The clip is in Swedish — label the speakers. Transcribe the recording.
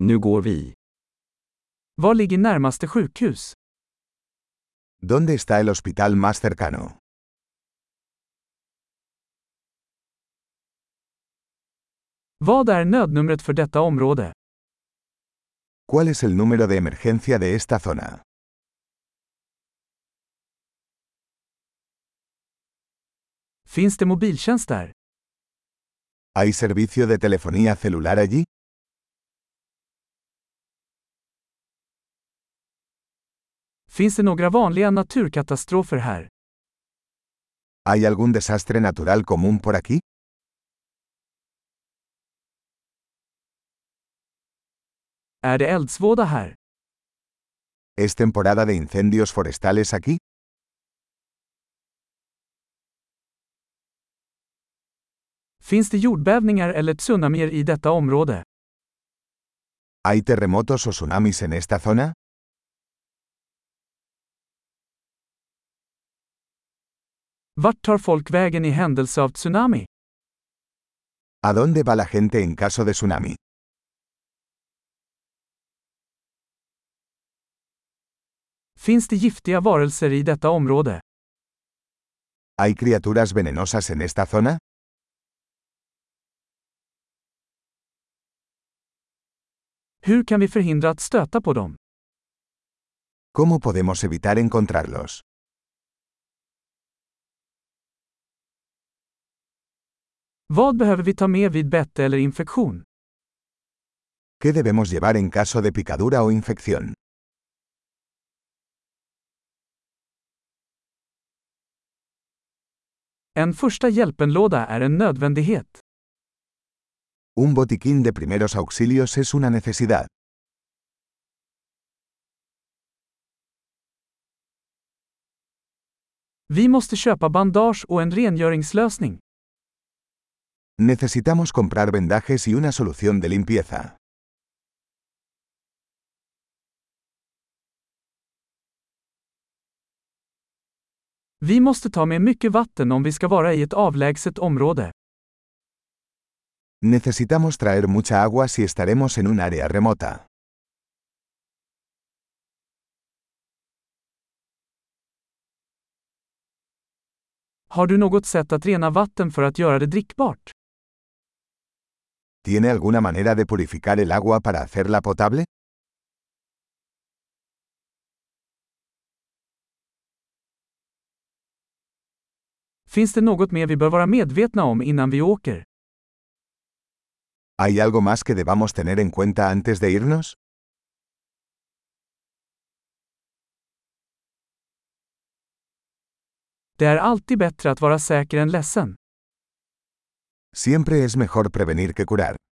Speaker 1: Nu går vi.
Speaker 2: Var ligger närmaste sjukhus?
Speaker 3: ¿Dónde está el hospital más cercano?
Speaker 2: Vad är nödnumret för detta område?
Speaker 3: ¿Cuál es el número de emergencia de esta zona?
Speaker 2: Finns det mobiltjänst där?
Speaker 3: ¿Hay servicio de telefonía celular allí?
Speaker 2: Finns det några vanliga naturkatastrofer här?
Speaker 3: ¿Hay algún desastre natural común por aquí?
Speaker 2: Är det eldsvåda här?
Speaker 3: ¿Es temporada de incendios forestales aquí?
Speaker 2: Finns det jordbävningar eller tsunamier i detta område?
Speaker 3: ¿Hay terremotos o tsunamis en esta zona?
Speaker 2: Vart tar folk vägen i händelse av tsunami?
Speaker 3: ¿A dónde va la gente en caso de tsunami?
Speaker 2: Finns det giftiga varelser i detta område?
Speaker 3: ¿Hay criaturas venenosas en esta zona?
Speaker 2: Hur kan vi förhindra att stöta på dem?
Speaker 3: ¿Cómo podemos evitar encontrarlos?
Speaker 2: Vad behöver vi ta med vid bett eller infektion?
Speaker 3: ¿Qué debemos llevar en caso de picadura o infección?
Speaker 2: En första hjälpenlåda är en nödvändighet.
Speaker 3: Un botiquín de primeros auxilios es una necesidad.
Speaker 2: Vi måste köpa bandage och en rengöringslösning.
Speaker 3: Necesitamos comprar vendajes y una solución de limpieza.
Speaker 2: Vi måste ta med mycket vatten om vi ska vara i ett avlägset område.
Speaker 3: Necesitamos traer mucha agua si estaremos en un área remota.
Speaker 2: Har du något sätt att rena vatten för att göra det drickbart?
Speaker 3: ¿Tiene alguna manera de purificar el agua para hacerla potable?
Speaker 2: Finns det något mer vi bör vara medvetna om innan vi åker?
Speaker 3: ¿Hay algo más que debamos tener en cuenta antes de irnos?
Speaker 2: Det är alltid bättre att vara säker än ledsen.
Speaker 3: Siempre es mejor prevenir que curar.